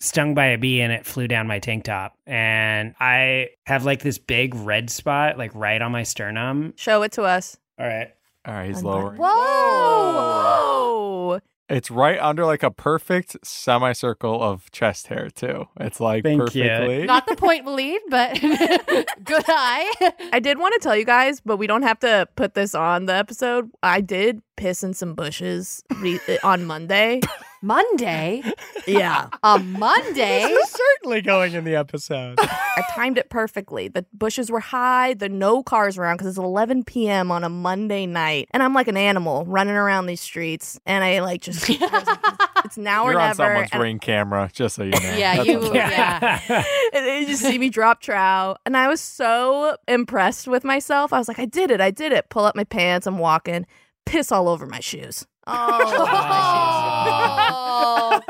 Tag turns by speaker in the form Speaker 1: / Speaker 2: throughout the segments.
Speaker 1: stung by a bee and it flew down my tank top. And I have like this big red spot, like right on my sternum.
Speaker 2: Show it to us.
Speaker 1: All right.
Speaker 3: All right, he's lowering.
Speaker 2: Whoa! Whoa!
Speaker 3: It's right under like a perfect semicircle of chest hair too. It's like
Speaker 1: Thank you.
Speaker 3: perfectly.
Speaker 4: Not the point lead, but good eye.
Speaker 2: I did want to tell you guys, but we don't have to put this on the episode. I did piss in some bushes re- uh, on Monday.
Speaker 4: Monday,
Speaker 2: Yeah.
Speaker 4: a Monday.
Speaker 3: certainly going in the episode.
Speaker 2: I timed it perfectly. The bushes were high, the no cars were around because it's 11 p.m. on a Monday night. And I'm like an animal running around these streets. And I like just, I was like, it's now
Speaker 3: You're
Speaker 2: or
Speaker 3: on
Speaker 2: never.
Speaker 3: someone's
Speaker 2: and
Speaker 3: ring camera, just so you know.
Speaker 4: Yeah,
Speaker 3: That's
Speaker 4: you-
Speaker 3: what's up.
Speaker 4: Yeah.
Speaker 2: and then you just see me drop trow. And I was so impressed with myself. I was like, I did it. I did it. Pull up my pants. I'm walking. Piss all over my shoes.
Speaker 1: Oh.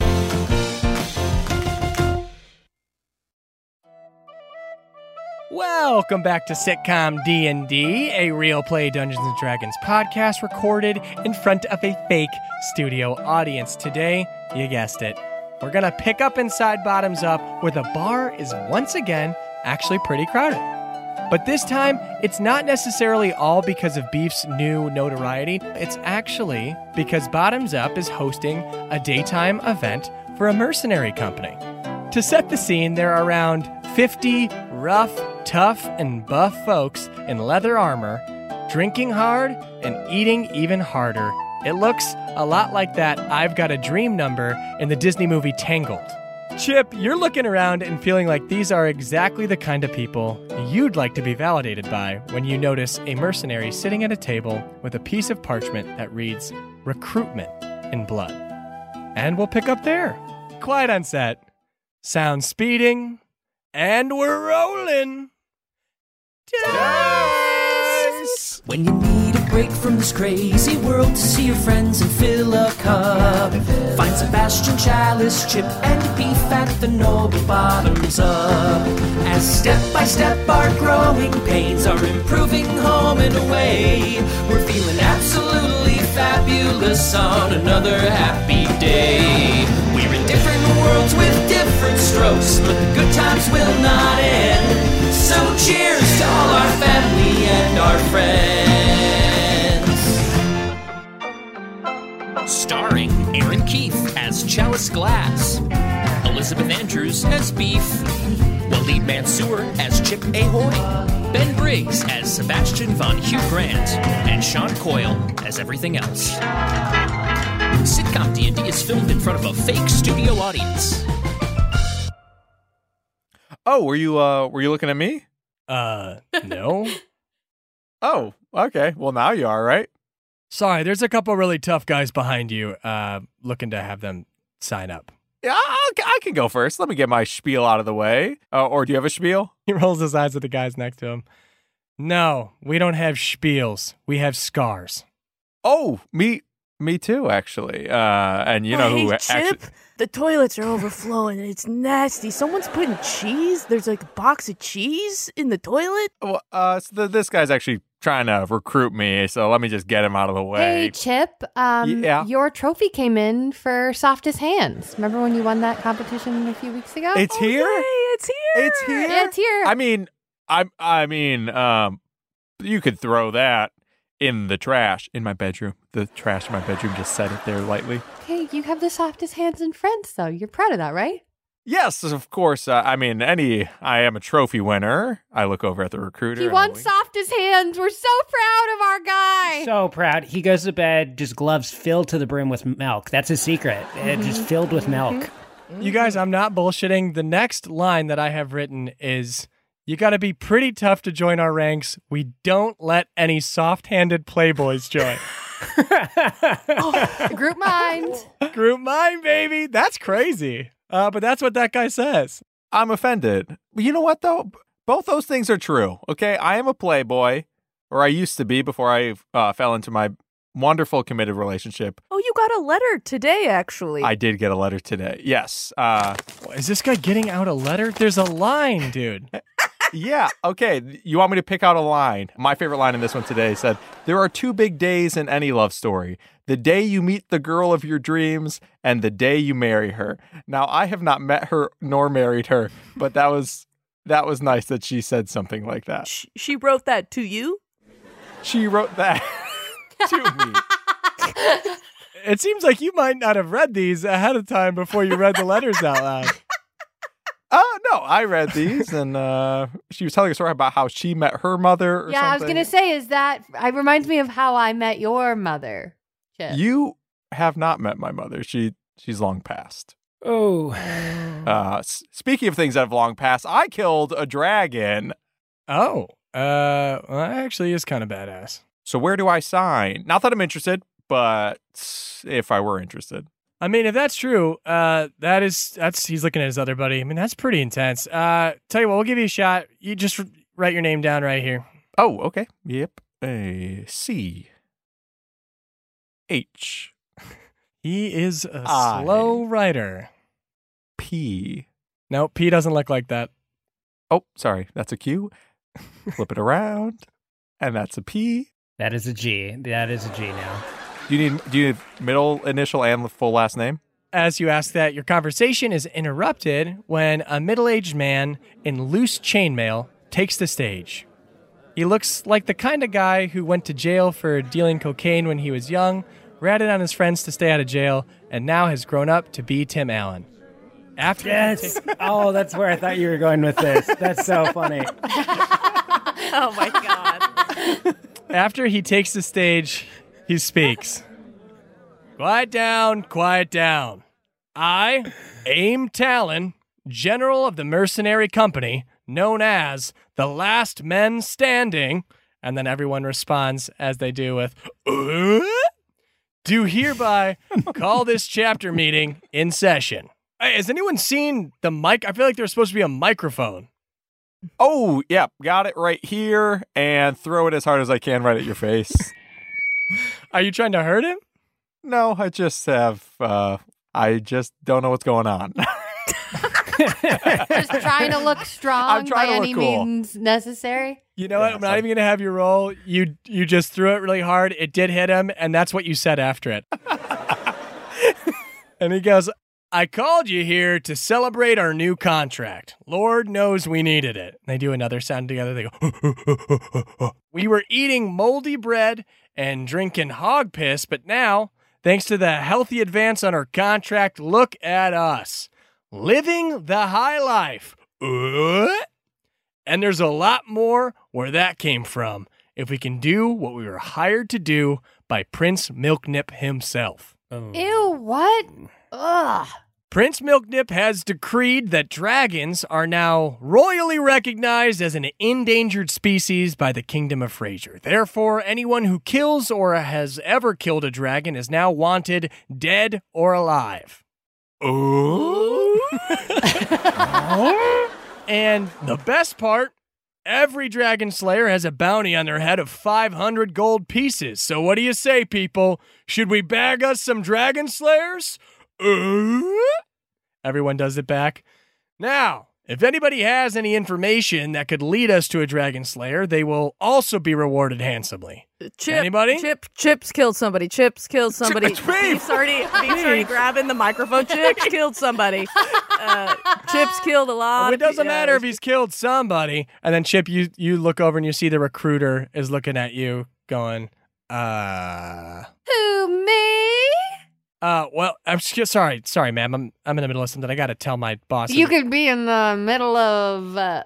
Speaker 4: Oh.
Speaker 5: Welcome back to Sitcom D&D, a real play Dungeons and Dragons podcast recorded in front of a fake studio audience. Today, you guessed it, we're going to pick up inside Bottoms Up where the bar is once again actually pretty crowded. But this time, it's not necessarily all because of Beef's new notoriety. It's actually because Bottoms Up is hosting a daytime event for a mercenary company. To set the scene, there are around 50 rough, tough, and buff folks in leather armor, drinking hard and eating even harder. It looks a lot like that I've Got a Dream number in the Disney movie Tangled. Chip, you're looking around and feeling like these are exactly the kind of people you'd like to be validated by when you notice a mercenary sitting at a table with a piece of parchment that reads Recruitment in Blood. And we'll pick up there. Quiet on set. Sound speeding, and we're rolling. Dice!
Speaker 6: When you need a break from this crazy world to see your friends and fill a cup, find Sebastian Chalice, Chip, and Beef at the Noble Bottoms Up. As step by step our growing pains are improving home and away, we're feeling absolutely fabulous on another happy day. We're in different worlds with different strokes, but the good times will not end. So cheers to all our family and our friends. Starring Aaron Keith as Chalice Glass, Elizabeth Andrews as Beef, Waleed Mansour as Chip Ahoy, Ben Briggs as Sebastian von Hugh Grant, and Sean Coyle as everything else. Sitcom D&D is filmed in front of a fake studio audience.
Speaker 3: Oh, were you uh were you looking at me?
Speaker 5: Uh, no.
Speaker 3: Oh, okay. Well now you are, right?
Speaker 5: Sorry, there's a couple really tough guys behind you, uh, looking to have them sign up.
Speaker 3: Yeah, I, I'll- I can go first. Let me get my spiel out of the way. Uh, or do you have a spiel?
Speaker 5: He rolls his eyes at the guys next to him. No, we don't have spiels. We have scars.
Speaker 3: Oh, me me too, actually. Uh and
Speaker 4: Oh,
Speaker 3: you know
Speaker 2: hey,
Speaker 3: who
Speaker 2: Oh, Chip,
Speaker 3: actually
Speaker 2: the toilets are overflowing and it's nasty. Someone's putting cheese. There's like a box of cheese in the toilet.
Speaker 3: Well, uh, so th- this guy's actually trying to recruit me, so let me just get him out of the
Speaker 4: Hey,
Speaker 3: way.
Speaker 4: Chip. Um,
Speaker 3: Yeah.
Speaker 4: Your trophy came in for softest hands. Remember when you won that competition a few weeks ago?
Speaker 3: it's here.
Speaker 2: Hey, it's here.
Speaker 3: It's
Speaker 4: Oh,
Speaker 3: here.
Speaker 4: yeah, it's here.
Speaker 3: I mean, I I mean, um, you could throw that in the trash in my bedroom. The trash in my bedroom. Just set it there lightly.
Speaker 4: hey, you have the softest hands in France, though. You're proud of that, right?
Speaker 3: Yes, of course. Uh, I mean, any. I am a trophy winner. I look over at the recruiter.
Speaker 4: He
Speaker 3: and
Speaker 4: won
Speaker 3: I'm like,
Speaker 4: softest hands. We're so proud of our guy.
Speaker 1: So proud. He goes to bed, just gloves filled to the brim with milk. That's his secret. Uh, Just filled with milk.
Speaker 5: You guys, I'm not bullshitting. The next line that I have written is You gotta be pretty tough to join our ranks. We don't let any soft handed playboys join.
Speaker 4: Group mind.
Speaker 5: Group mine, baby. That's crazy. Uh, but that's what that guy says.
Speaker 3: I'm offended. But you know what though? Both those things are true. Okay, I am a playboy, or I used to be before I uh, fell into my wonderful committed relationship.
Speaker 2: Oh, you got a letter today, actually.
Speaker 3: I did get a letter today. Yes. Uh,
Speaker 5: Is this guy getting out a letter? There's a line, dude.
Speaker 3: yeah. Okay. You want me to pick out a line? My favorite line in this one today said, "There are two big days in any love story: the day you meet the girl of your dreams, and the day you marry her." Now, I have not met her nor married her, but that was that was nice that she said something like that.
Speaker 2: Sh- she wrote that to you?
Speaker 3: She wrote that to me.
Speaker 5: It seems like you might not have read these ahead of time before you read the letters out loud.
Speaker 3: Oh no, I read these, and uh, she was telling a story about how she met her mother. Or
Speaker 4: yeah, I was
Speaker 3: something.
Speaker 4: gonna say, is that it reminds me of how I met your mother. Chip.
Speaker 3: You have not met my mother. She she's long past.
Speaker 1: Oh,
Speaker 3: Uh, s- speaking of things that have long passed, I killed a dragon.
Speaker 5: Oh, uh, well, that actually is kind of badass.
Speaker 3: So where do I sign? Not that I'm interested, but if I were interested,
Speaker 5: I mean, if that's true, uh, that is that's he's looking at his other buddy. I mean, that's pretty intense. Uh, tell you what, we'll give you a shot. You just r- write your name down right here.
Speaker 3: oh okay, yep, a C H
Speaker 5: He is a
Speaker 3: I-
Speaker 5: slow writer.
Speaker 3: P.
Speaker 5: No, P doesn't look like that.
Speaker 3: Oh, sorry, that's a Q. Flip it around, and that's a P.
Speaker 1: that is a G. That is a G now.
Speaker 3: Do you need do you need middle initial and full last name?
Speaker 5: As you ask that, your conversation is interrupted when a middle-aged man in loose chainmail takes the stage. He looks like the kind of guy who went to jail for dealing cocaine when he was young, ratted on his friends to stay out of jail, and now has grown up to be Tim Allen. After
Speaker 1: Yes. Oh, that's where I thought you were going with this. That's so funny.
Speaker 2: Oh my god.
Speaker 5: After he takes the stage, he speaks. quiet down, quiet down. I, Aim Talon, general of the mercenary company known as the Last Men Standing, and then everyone responds as they do with, "Uh?" do hereby call this chapter meeting in session. Hey, has anyone seen the mic? I feel like there's supposed to be a microphone.
Speaker 3: Oh, yep, got it right here, and throw it as hard as I can right at your face.
Speaker 5: Are you trying to hurt him?
Speaker 3: no, I just have. Uh, I just don't know what's going on.
Speaker 4: just trying to look strong
Speaker 3: I'm trying
Speaker 4: by
Speaker 3: to look
Speaker 4: any
Speaker 3: cool.
Speaker 4: means necessary.
Speaker 5: You know what?
Speaker 3: Yeah,
Speaker 5: I'm not
Speaker 3: so-
Speaker 5: even gonna have you roll. You you just threw it really hard. It did hit him, and that's what you said after it. and he goes, "I called you here to celebrate our new contract. Lord knows we needed it." They do another sound together. They go, "We were eating moldy bread and drinking hog piss, but now, thanks to the healthy advance on our contract, look at us living the high life." Uh? And there's a lot more where that came from if we can do what we were hired to do by Prince Milknip himself.
Speaker 1: Oh.
Speaker 4: Ew, what? Ugh.
Speaker 5: Prince Milknip has decreed that dragons are now royally recognized as an endangered species by the Kingdom of Fraser. Therefore, anyone who kills or has ever killed a dragon is now wanted dead or alive. Oh. and the best part every dragon slayer has a bounty on their head of 500 gold pieces. So, what do you say, people? Should we bag us some dragon slayers? Uh? Everyone does it back. Now, if anybody has any information that could lead us to a dragon slayer, they will also be rewarded handsomely.
Speaker 2: Chip,
Speaker 5: Anybody?
Speaker 2: Chip, Chips killed somebody. Chips killed somebody.
Speaker 3: it's me!
Speaker 2: Beef's already, Beef's already grabbing the microphone. Chips killed somebody. Uh, Chips killed a lot.
Speaker 5: it
Speaker 2: of pe-
Speaker 5: doesn't matter
Speaker 2: uh,
Speaker 5: if he's killed somebody. And then Chip, you you look over and you see the recruiter is looking at you, going, "Uh,
Speaker 4: Who me?
Speaker 5: uh, well, I'm just, sorry, sorry, ma'am. I'm I'm in the middle of something. I got to tell my boss."
Speaker 4: You could be in the middle of uh,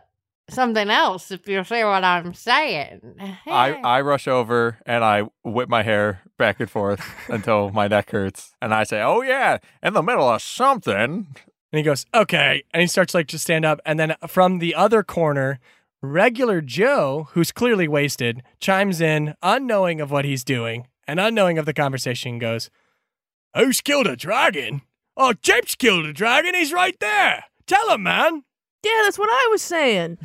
Speaker 4: something else if you say what I'm saying.
Speaker 3: I,
Speaker 4: Hey.
Speaker 3: I rush over and I whip my hair back and forth until my neck hurts, and I say, "Oh yeah, in the middle of something."
Speaker 5: And he goes, okay. And he starts like to stand up. And then from the other corner, regular Joe, who's clearly wasted, chimes in, unknowing of what he's doing and unknowing of the conversation, and goes, Who's killed a dragon? Oh, Jape's killed a dragon. He's right there. Tell him, man.
Speaker 2: Yeah, that's what I was saying.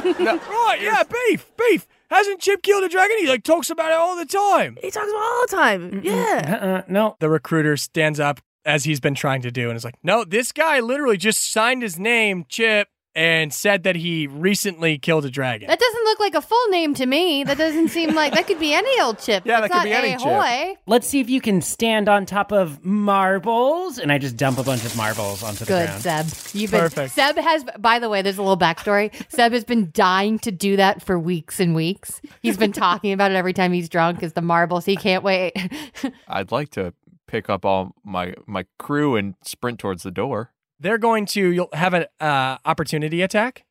Speaker 5: right, yeah, beef, beef. Hasn't Chip killed a dragon? He like talks about it all the time.
Speaker 2: He talks about it all the time. Yeah.
Speaker 1: Uh-uh, no.
Speaker 5: The recruiter stands up as he's been trying to do and is like, no, this guy literally just signed his name, Chip, and said that he recently killed a dragon.
Speaker 4: That doesn't look like a full name to me. That doesn't seem like that could be any old chip.
Speaker 3: Yeah, that
Speaker 4: It's
Speaker 3: could
Speaker 4: not
Speaker 3: be any Chip.
Speaker 4: ahoy.
Speaker 1: Let's see if you can stand on top of marbles. And I just dump a bunch of marbles onto the
Speaker 4: Good,
Speaker 1: ground.
Speaker 4: Seb. You've been,
Speaker 5: Perfect.
Speaker 4: Seb has, by the way, there's a little backstory. Seb has been dying to do that for weeks and weeks. He's been talking about it every time he's drunk, is the marbles. He can't wait.
Speaker 3: I'd like to pick up all my my crew and sprint towards the door.
Speaker 5: They're going to you'll have an uh, opportunity attack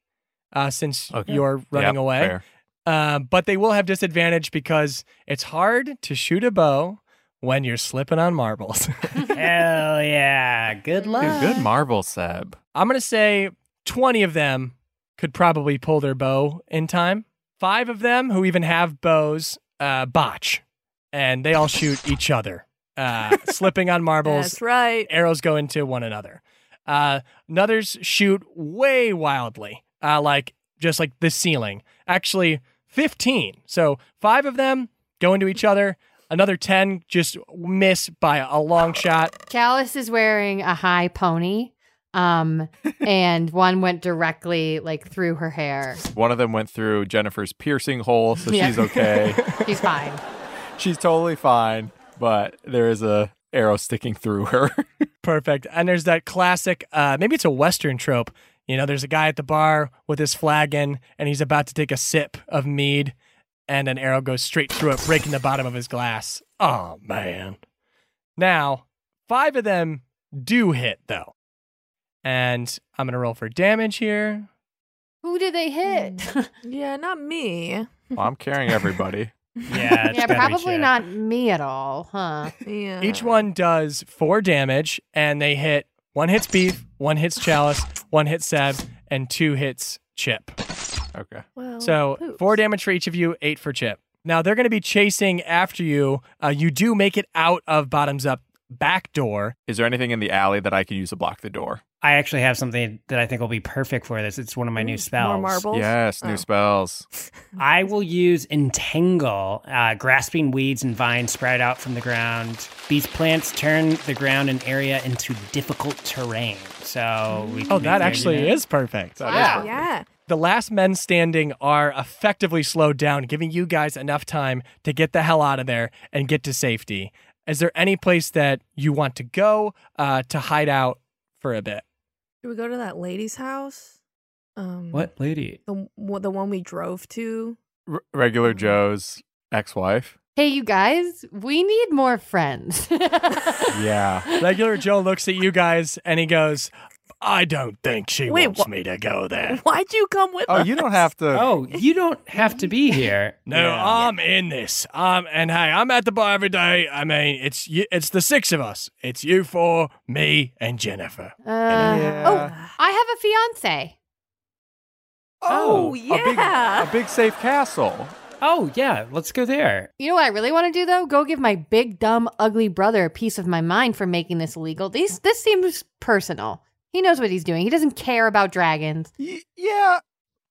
Speaker 5: uh, since
Speaker 3: Okay.
Speaker 5: you're running
Speaker 3: Yep,
Speaker 5: away.
Speaker 3: fair.
Speaker 5: Uh, but they will have disadvantage because it's hard to shoot a bow when you're slipping on marbles.
Speaker 1: Hell yeah. Good luck.
Speaker 3: Dude, good marble, Seb.
Speaker 5: I'm going to say 20 of them could probably pull their bow in time. Five of them who even have bows uh, botch, and they all shoot each other, uh, slipping on marbles.
Speaker 2: That's right.
Speaker 5: Arrows go into one another. Uh, others shoot way wildly, uh, like just like the ceiling. Actually, 15. So five of them go into each other. Another 10 just miss by a long shot.
Speaker 4: Chalice is wearing a high pony. Um, and one went directly like through her hair.
Speaker 3: One of them went through Jennifer's piercing hole, so
Speaker 4: Yeah.
Speaker 3: she's okay.
Speaker 4: She's fine.
Speaker 3: she's totally fine, but there is a arrow sticking through her.
Speaker 5: Perfect. And there's that classic, uh, maybe it's a Western trope. You know, there's a guy at the bar with his flagon and he's about to take a sip of mead and an arrow goes straight through it, breaking the bottom of his glass. Oh, man. Now, five of them do hit though. And I'm going to roll for damage here.
Speaker 4: Who did they hit?
Speaker 2: Mm. Yeah, not me.
Speaker 3: Well, I'm carrying everybody.
Speaker 1: Yeah, it's
Speaker 4: yeah,
Speaker 1: gotta be
Speaker 4: probably
Speaker 1: Chip.
Speaker 4: not me at all, huh?
Speaker 2: Yeah.
Speaker 5: Each one does four damage and they hit one hits beef, one hits chalice, one hits Seb, and two hits chip.
Speaker 3: Okay.
Speaker 2: Well,
Speaker 5: So
Speaker 2: Oh, poops.
Speaker 5: four damage for each of you, eight for Chip. Now they're going to be chasing after you. Uh, you do make it out of Bottoms Up back door.
Speaker 3: Is there anything in the alley that I could use to block the door?
Speaker 1: I actually have something that I think will be perfect for this. It's one of my new spells.
Speaker 2: More marbles.
Speaker 3: Yes, new
Speaker 2: Oh.
Speaker 3: spells.
Speaker 1: I will use entangle. Uh, grasping weeds and vines sprout out from the ground. These plants turn the ground and area into difficult terrain. So we. Can
Speaker 5: Oh,
Speaker 1: make
Speaker 5: that
Speaker 1: the
Speaker 5: actually
Speaker 1: argument-
Speaker 5: is perfect.
Speaker 4: Wow.
Speaker 2: Yeah.
Speaker 5: The last men standing are effectively slowed down, giving you guys enough time to get the hell out of there and get to safety. Is there any place that you want to go uh, to hide out for a bit?
Speaker 2: Should we go to that lady's house? Um,
Speaker 1: What lady?
Speaker 2: The what, the one we drove to.
Speaker 3: R-
Speaker 2: Mm.
Speaker 3: regular Joe's ex-wife.
Speaker 4: Hey, you guys, we need more friends. Uh,
Speaker 3: Yeah.
Speaker 5: Regular Joe looks at you guys and he goes, I don't think she
Speaker 2: Wait,
Speaker 5: wants
Speaker 2: wha-
Speaker 5: me to go there.
Speaker 2: Why'd you come with
Speaker 3: Oh,
Speaker 2: us?
Speaker 3: you don't have to.
Speaker 1: Oh, you don't have to be here.
Speaker 5: No,
Speaker 1: uh,
Speaker 5: I'm in this. Um, and hey, I'm at the bar every day. I mean, it's you, it's the six of us. It's you four, me, and Jennifer.
Speaker 4: Uh, Oh, I have a fiance.
Speaker 2: Oh,
Speaker 3: a big-
Speaker 2: yeah.
Speaker 3: a big safe castle.
Speaker 1: Oh yeah, let's go there.
Speaker 4: You know what I really want to do though? Go give my big dumb ugly brother a piece of my mind for making this illegal. These this seems personal. He knows what he's doing. He doesn't care about dragons.
Speaker 3: Y- yeah,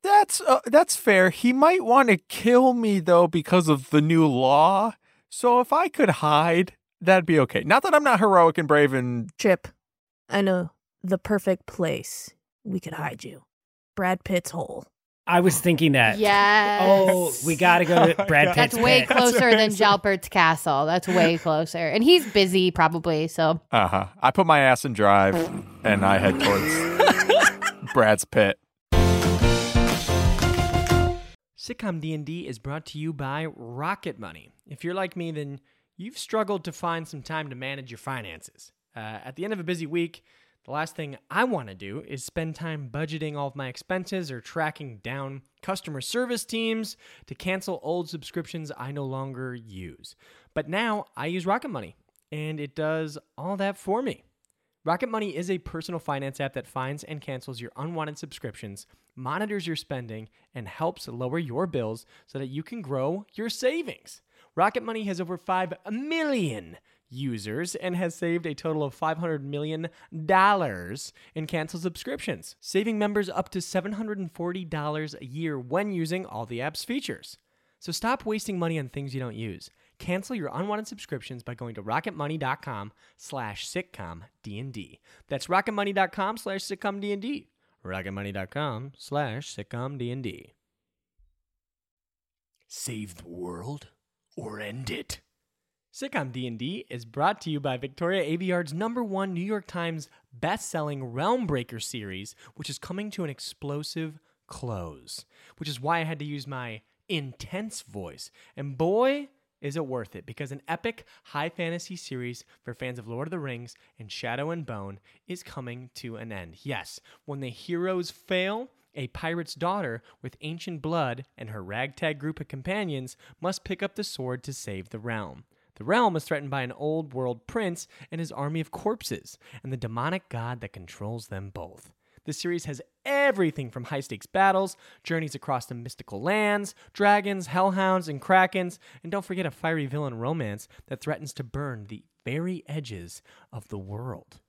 Speaker 3: that's uh, that's fair. He might want to kill me though because of the new law. So if I could hide, that'd be okay. Not that I'm not heroic and brave and
Speaker 2: Chip, I know the perfect place we could hide you. Brad Pitt's hole.
Speaker 1: I was thinking that.
Speaker 4: Yes.
Speaker 1: Oh, we gotta go to
Speaker 5: Oh my
Speaker 1: Brad
Speaker 5: God.
Speaker 1: Pitt's
Speaker 4: That's way
Speaker 1: pit.
Speaker 4: closer than Jalbert's castle. That's way closer. And he's busy probably, so
Speaker 3: uh huh. I put my ass in drive and I head towards Brad's pit.
Speaker 6: Sitcom D&D is brought to you by Rocket Money. If you're like me, then you've struggled to find some time to manage your finances. Uh, at the end of a busy week, the last thing I want to do is spend time budgeting all of my expenses or tracking down customer service teams to cancel old subscriptions I no longer use. But now I use Rocket Money, and it does all that for me. Rocket Money is a personal finance app that finds and cancels your unwanted subscriptions, monitors your spending, and helps lower your bills so that you can grow your savings. Rocket Money has over 5 million users and has saved a total of $500 million in canceled subscriptions, saving members up to $740 a year when using all the app's features. So stop wasting money on things you don't use. Cancel your unwanted subscriptions by going to rocketmoney.com slash sitcom D&D. That's rocketmoney.com slash sitcom D&D. rocketmoney.com slash sitcom D&D. Save the world or end it. Sitcom D&D is brought to you by Victoria Aveyard's number one New York Times best-selling Realm Breaker series, which is coming to an explosive close, which is why I had to use my intense voice. And boy, is it worth it because an epic high fantasy series for fans of Lord of the Rings and Shadow and Bone is coming to an end. Yes, when the heroes fail, a pirate's daughter with ancient blood and her ragtag group of companions must pick up the sword to save the realm. The realm is threatened by an old world prince and his army of corpses, and the demonic god that controls them both. The series has everything from high stakes battles, journeys across the mystical lands, dragons, hellhounds, and krakens, and don't forget a fiery villain romance that threatens to burn the very edges of the world.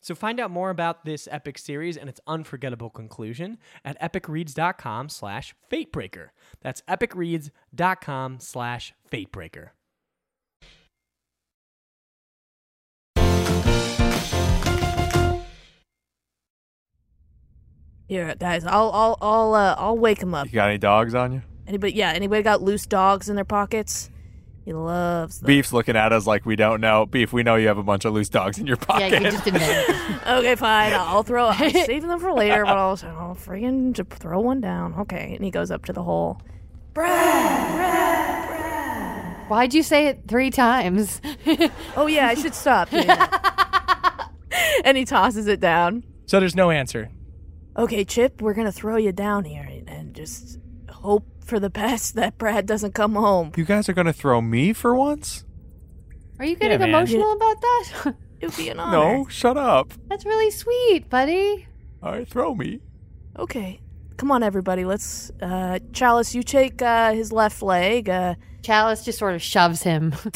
Speaker 6: So find out more about this epic series and its unforgettable conclusion at epicreads.com slash fatebreaker. That's epicreads.com slash fatebreaker.
Speaker 2: Here, guys, I'll I'll I'll uh, I'll wake him up.
Speaker 3: You got any dogs on you?
Speaker 2: Anybody? Yeah. Anybody got loose dogs in their pockets? He loves them.
Speaker 3: Beef's looking at us like we don't know. Beef, we know you have a bunch of loose dogs in your
Speaker 4: Yeah,
Speaker 3: pocket.
Speaker 4: you just admit it.
Speaker 2: Okay, fine. I'll throw. I'm saving them for later, but I'll, I'll friggin' j- throw one down. Okay, and he goes up to the hole.
Speaker 4: Why'd you say it three times?
Speaker 2: Oh yeah, I should stop. doing that. and he tosses it down.
Speaker 5: So there's no answer.
Speaker 2: Okay, Chip, we're gonna throw you down here and, and just hope for the best that Brad doesn't come home.
Speaker 3: You guys are gonna throw me for once?
Speaker 4: Are you getting
Speaker 1: man.
Speaker 4: emotional about that?
Speaker 2: It'd be an honor.
Speaker 3: No, shut up.
Speaker 4: That's really sweet, buddy.
Speaker 3: All right, throw me.
Speaker 2: Okay, come on, everybody. Let's. Uh, Chalice, you take uh, his left leg. Uh,
Speaker 4: Chalice just sort of shoves him.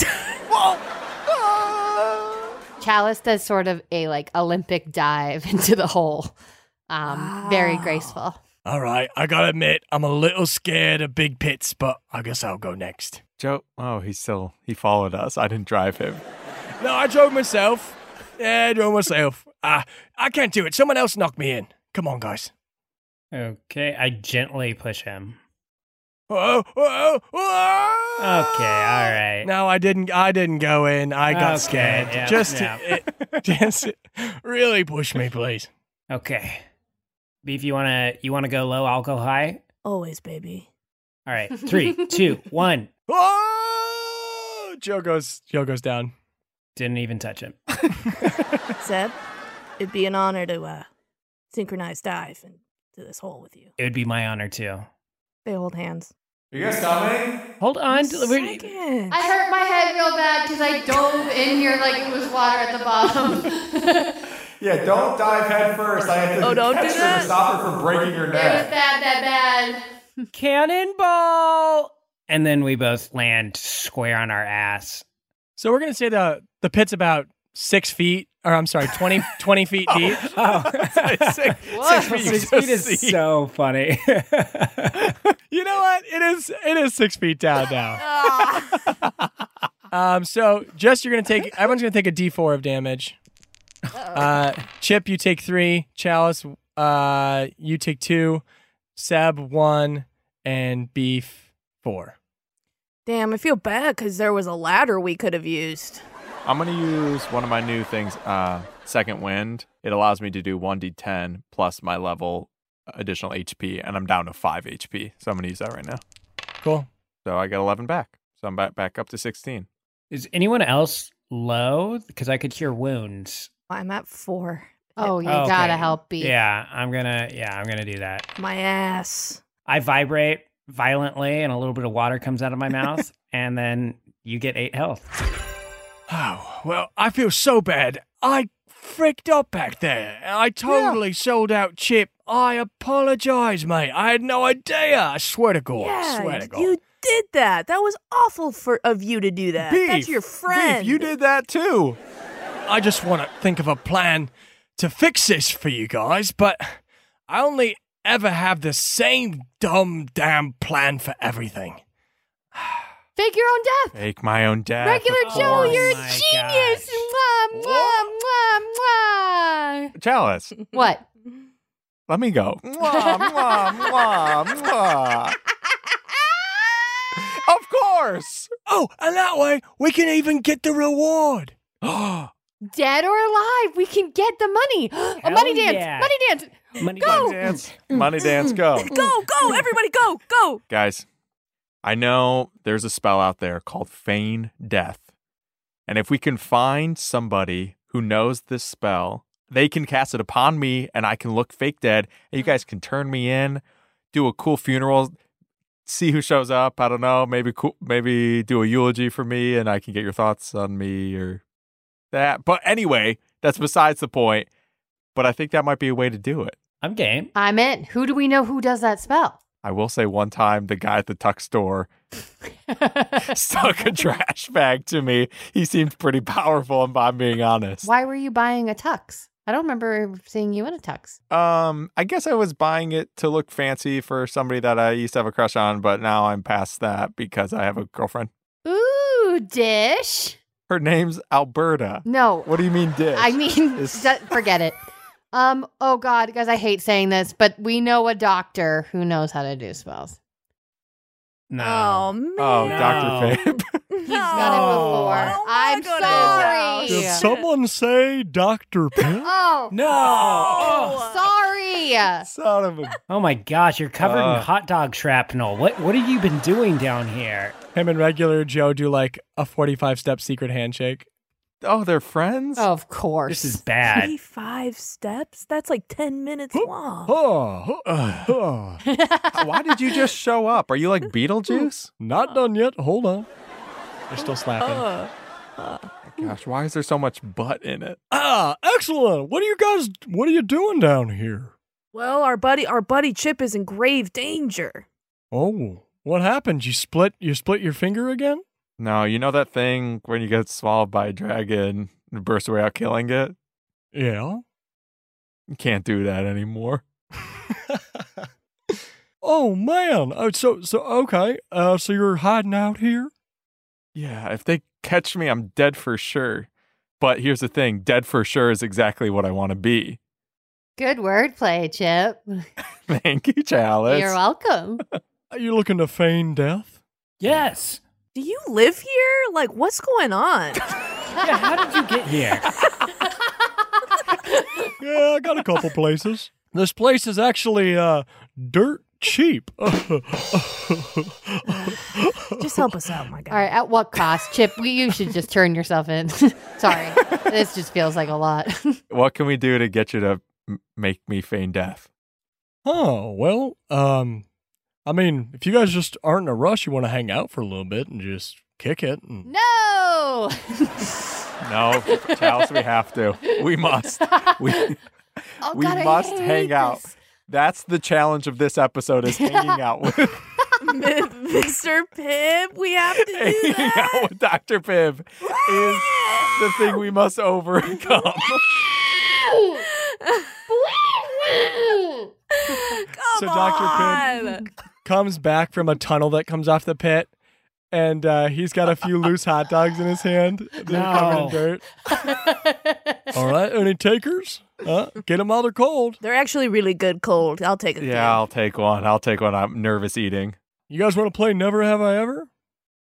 Speaker 4: Chalice does sort of a like Olympic dive into the hole. Um, Very graceful.
Speaker 5: All right, I gotta admit, I'm a little scared of big pits, but I guess I'll go next.
Speaker 3: Joe, oh, he's still, he followed us. I didn't drive him.
Speaker 5: No, I drove myself. Yeah, I drove myself. Ah, I can't do it. Someone else knocked me in. Come on, guys.
Speaker 1: Okay, I gently push him.
Speaker 5: Whoa, whoa, whoa!
Speaker 1: Okay, all right.
Speaker 5: No, I didn't. I didn't go in. I got
Speaker 1: Okay,
Speaker 5: scared.
Speaker 1: yeah,
Speaker 5: just,
Speaker 1: yeah.
Speaker 5: it- just really push me, please.
Speaker 1: Okay. Beef, you wanna you wanna go low, I'll go high?
Speaker 2: always, baby.
Speaker 1: All right. Three, two, one.
Speaker 5: Oh! Joe goes. Joe goes down.
Speaker 1: Didn't even touch him.
Speaker 2: Seb, it'd be an honor to uh, synchronize dive into this hole with you.
Speaker 1: It would be my honor too.
Speaker 2: They hold hands.
Speaker 3: Are you guys coming?
Speaker 1: Hold on. to- we-
Speaker 2: Second.
Speaker 4: I hurt my head real bad because I dove in here like it was water at the bottom.
Speaker 3: Yeah, don't dive head first. I have to
Speaker 2: Oh, don't do catch you and that.
Speaker 3: stop her from breaking your
Speaker 4: bad, bad,
Speaker 1: Cannonball. And then we both land square on our ass.
Speaker 5: So we're gonna say the the pit's about six feet, or I'm sorry, 20, 20 feet deep.
Speaker 3: six, six feet, you
Speaker 1: Oh. Six feet
Speaker 3: just
Speaker 1: is
Speaker 3: see.
Speaker 1: so funny.
Speaker 5: You know what? It is it is six feet down now. um. So just you're gonna take everyone's gonna take a D4 of damage. Uh, Chip, you take three. Chalice, uh, you take two. Seb one, and Beef four.
Speaker 2: Damn, I feel bad because there was a ladder we could have used.
Speaker 3: I'm gonna use one of my new things, uh, Second Wind. It allows me to do 1d10 plus my level additional HP, and I'm down to 5 HP. So I'm gonna use that right now.
Speaker 5: Cool.
Speaker 3: So I got 11 back. So I'm back, back up to 16.
Speaker 1: is anyone else low? Because I could hear wounds.
Speaker 2: I'm at four.
Speaker 4: Oh, you
Speaker 1: Okay.
Speaker 4: gotta help Beef.
Speaker 1: Yeah, I'm gonna yeah, I'm gonna do that.
Speaker 2: My ass.
Speaker 1: I vibrate violently and a little bit of water comes out of my mouth and then you get eight health.
Speaker 5: Oh, well, I feel so bad. I fricked up back there. I totally sold out Chip. Oh, I apologize, mate. I had no idea. I swear to God.
Speaker 2: yeah,
Speaker 5: swear to God.
Speaker 2: you did that. That was awful for of you to do that. That's your friend.
Speaker 3: Beef, you did that too.
Speaker 5: I just want to think of a plan to fix this for you guys, but I only ever have the same dumb damn plan for everything.
Speaker 4: Fake your own death.
Speaker 3: Make my own death.
Speaker 4: Regular
Speaker 3: of
Speaker 4: Joe,
Speaker 3: course.
Speaker 4: you're a
Speaker 1: my
Speaker 4: genius. Mwah, mwah, mwah, mwah.
Speaker 3: Chalice,
Speaker 4: What?
Speaker 3: let me go. Mwah, mwah, mwah, mwah. Of course.
Speaker 5: Oh, and that way we can even get the reward.
Speaker 4: Dead or alive, we can get the money. a money dance.
Speaker 1: yeah.
Speaker 4: Money dance.
Speaker 1: Money
Speaker 4: Go.
Speaker 3: Dance. Money dance, go.
Speaker 2: go, go, everybody, go, go.
Speaker 3: Guys, I know there's a spell out there called Feign Death. And if we can find somebody who knows this spell, they can cast it upon me and I can look fake dead. And you guys can turn me in, do a cool funeral, see who shows up. I don't know. Maybe cool, maybe do a eulogy for me and I can get your thoughts on me or that. But anyway, that's besides the point. But I think that might be a way to do it.
Speaker 1: I'm game.
Speaker 4: I'm in. Who do we know who does that spell?
Speaker 3: I will say one time the guy at the tuck store stuck a trash bag to me. He seemed pretty powerful, if I'm being honest.
Speaker 4: Why were you buying a tux? I don't remember seeing you in a tux.
Speaker 3: Um, I guess I was buying it to look fancy for somebody that I used to have a crush on, but now I'm past that because I have a girlfriend.
Speaker 4: Ooh, dish.
Speaker 3: Her name's Alberta.
Speaker 4: No,
Speaker 3: What do you mean, dish?
Speaker 4: I mean,
Speaker 3: It's-
Speaker 4: that- forget it. Um. Oh God, guys, I hate saying this, but we know a doctor who knows how to do spells.
Speaker 1: No.
Speaker 2: Oh man.
Speaker 3: Oh,
Speaker 1: No.
Speaker 3: Dr. Fabe.
Speaker 4: Done it
Speaker 2: He's
Speaker 4: before.
Speaker 2: I don't wanna
Speaker 4: I'm
Speaker 2: go to his
Speaker 4: sorry.
Speaker 2: house.
Speaker 5: say Dr. Pill?
Speaker 4: Oh,
Speaker 1: No.
Speaker 5: Oh.
Speaker 2: Oh.
Speaker 4: sorry.
Speaker 3: Son of a.
Speaker 1: Oh my gosh, you're covered
Speaker 3: Uh.
Speaker 1: in hot dog shrapnel. What what have you been doing down here?
Speaker 5: Him and regular Joe do like a 45 step secret handshake.
Speaker 3: Oh, they're friends?
Speaker 4: Of course.
Speaker 1: This is bad.
Speaker 2: 25 steps? That's like 10 minutes long.
Speaker 5: Oh, oh, oh.
Speaker 3: Why did you just show up? Are you like Beetlejuice?
Speaker 2: Oh.
Speaker 5: Not done yet. Hold on. They're still slapping.
Speaker 3: Gosh, why is there so much butt in it?
Speaker 5: Ah, excellent. What are you guys, what are you doing down here?
Speaker 2: Well, our buddy our buddy Chip is in grave danger.
Speaker 5: Oh, what happened? You split, you split your finger again?
Speaker 3: No, you know that thing when you get swallowed by a dragon and burst away out killing it?
Speaker 5: Yeah.
Speaker 3: You can't do that anymore.
Speaker 5: oh man. Oh, so so okay. Uh, so you're hiding out here?
Speaker 3: Yeah, if they catch me, I'm dead for sure. But here's the thing dead for sure is exactly what I want to be.
Speaker 4: Good wordplay, Chip.
Speaker 3: Thank you, Chalice.
Speaker 4: You're welcome.
Speaker 5: Are you looking to feign death?
Speaker 1: Yes.
Speaker 2: Do you live here? Like what's going on?
Speaker 1: Yeah, how did you get here?
Speaker 5: Yeah, I got a couple places. This place is actually uh dirt cheap.
Speaker 2: Just help us out, my
Speaker 4: All
Speaker 2: guy.
Speaker 4: right. At what cost, Chip? We, you should just turn yourself in. sorry. This just feels like a lot.
Speaker 3: what can we do to get you to m- make me feign death?
Speaker 5: oh well. Um, I mean, if you guys just aren't in a rush, you want to hang out for a little bit and just kick it. And...
Speaker 4: no.
Speaker 3: No, Chalice, we have to. We must. We,
Speaker 4: Oh,
Speaker 3: we
Speaker 4: God, I
Speaker 3: must
Speaker 4: hate
Speaker 3: hang out.
Speaker 4: this.
Speaker 3: That's the challenge of this episode is hanging out with
Speaker 2: Mr. Pip, we have to do
Speaker 3: hanging
Speaker 2: that.
Speaker 3: out with Dr. Pibb is the thing we must overcome.
Speaker 2: Come
Speaker 5: So Dr.
Speaker 2: on.
Speaker 5: Pibb- comes back from a tunnel that comes off the pit, and uh, he's got a few loose hot dogs in his hand. They're covered
Speaker 1: No.
Speaker 5: in dirt. all right, any takers? Huh? Get them while they're cold.
Speaker 2: They're actually really good cold. I'll take a few.
Speaker 3: yeah, I'll take one. I'll take one. I'm nervous eating.
Speaker 5: You guys want to play Never Have I Ever?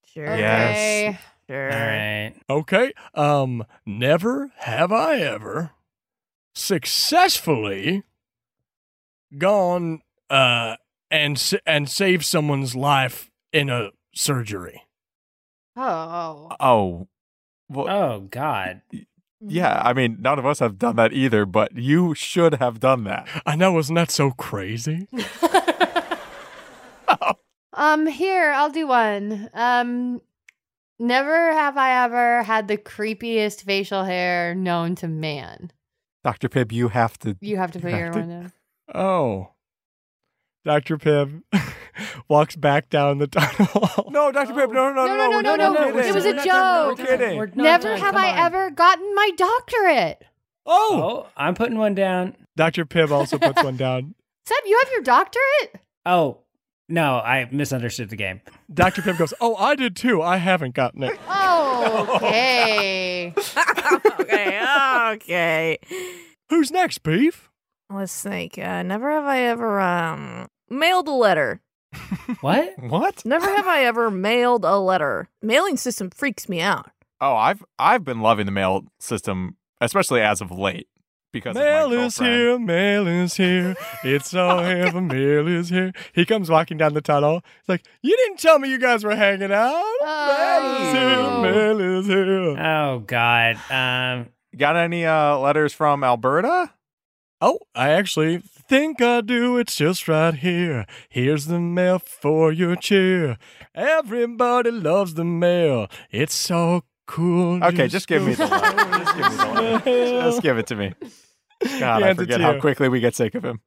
Speaker 2: Sure.
Speaker 3: Yes.
Speaker 4: Okay.
Speaker 2: Sure.
Speaker 1: All right.
Speaker 5: Okay. Um, never have I ever successfully gone uh and s- and saved someone's life in a surgery.
Speaker 4: Oh.
Speaker 3: Oh, well,
Speaker 5: Um,
Speaker 1: Oh god.
Speaker 3: yeah. I mean, none of us have done that either, but you should have done that.
Speaker 5: I know, isn't that so crazy?
Speaker 4: Um, here, I'll do one. Um, never have I ever had the creepiest facial hair known to man.
Speaker 3: Dr. Pibb, you have to.
Speaker 4: You have to put
Speaker 3: You
Speaker 4: your
Speaker 3: have to-
Speaker 4: one in.
Speaker 5: Oh, Doctor Pibb. walks back down the tunnel.
Speaker 3: No, Dr. Pip, no, no, no, no,
Speaker 4: no, no,
Speaker 3: we're
Speaker 4: no,
Speaker 3: not
Speaker 4: no,
Speaker 3: kidding.
Speaker 4: it was a
Speaker 3: We're not-
Speaker 4: joke.
Speaker 3: We're kidding.
Speaker 7: We're not
Speaker 4: Never
Speaker 7: done,
Speaker 4: have
Speaker 7: come
Speaker 4: I
Speaker 7: on.
Speaker 4: ever gotten my doctorate.
Speaker 5: Oh,
Speaker 1: Oh, I'm putting one down.
Speaker 5: Dr. Pibb also puts one down.
Speaker 4: Seb, you have your doctorate?
Speaker 1: Oh, no, I misunderstood the game.
Speaker 5: Dr. Pibb goes, Oh, I did too. I haven't gotten it.
Speaker 4: Oh, okay.
Speaker 2: okay, okay.
Speaker 5: Who's next, Beef?
Speaker 2: Let's think. Uh, never have I ever um mailed a letter.
Speaker 1: What?
Speaker 3: What?
Speaker 2: Never have I ever mailed a letter. Mailing system freaks me out.
Speaker 3: Oh, I've I've been loving the mail system, especially as of late, because of
Speaker 5: Mail
Speaker 3: my
Speaker 5: is
Speaker 3: girlfriend.
Speaker 5: here, mail is here. It's all here, the mail is here. He comes walking down the tunnel. He's like, You didn't tell me you guys were hanging out.
Speaker 4: Oh.
Speaker 5: Mail is here, mail is here.
Speaker 1: Oh God. Um.
Speaker 3: Got any uh, letters from Alberta?
Speaker 5: Oh, I actually think I do. It's just right here. Here's the mail for your cheer. Everybody loves the mail. It's so cool.
Speaker 3: Okay, just give me the
Speaker 5: go-
Speaker 3: letter. Just give me the letter. Just give it to me. God,
Speaker 5: He
Speaker 3: I
Speaker 5: hands it
Speaker 3: forget
Speaker 5: to
Speaker 3: how
Speaker 5: you.
Speaker 3: quickly we get sick of him.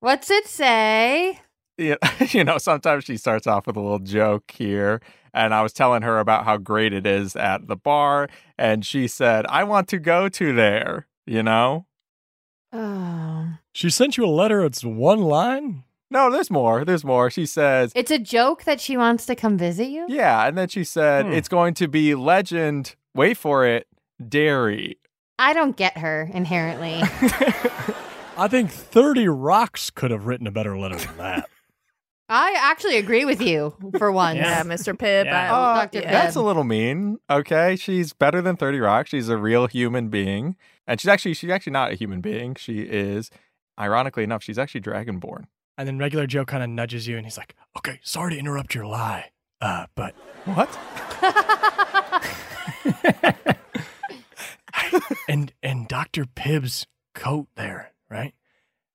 Speaker 4: What's it say?
Speaker 3: Yeah, you know, sometimes she starts off with a little joke here. And I was telling her about how great it is at the bar. And she said, I want to go to there, you know?
Speaker 4: Oh.
Speaker 5: She sent you a letter. It's one line.
Speaker 3: No, there's more. There's more. She says,
Speaker 4: It's a joke that she wants to come visit you?
Speaker 3: Yeah. And then she said,
Speaker 1: Hmm.
Speaker 3: It's going to be legend. Wait for it. Dairy.
Speaker 4: I don't get her inherently.
Speaker 5: I think 30 Rocks could have written a better letter than that.
Speaker 4: I actually agree with you for once.
Speaker 1: Yeah.
Speaker 2: Yeah, Mr. Pibb.
Speaker 1: Yeah. Oh,
Speaker 2: I,
Speaker 3: Uh,
Speaker 4: Dr.
Speaker 3: That's
Speaker 4: Pibb.
Speaker 3: a little mean. Okay. She's better than 30 Rock. She's a real human being. And she's actually, she's actually not a human being. She is, ironically enough, she's actually dragonborn.
Speaker 5: And then regular Joe kind of nudges you and he's like, okay, sorry to interrupt your lie, uh, but
Speaker 3: What?
Speaker 5: and and Dr. Pibb's coat there, right?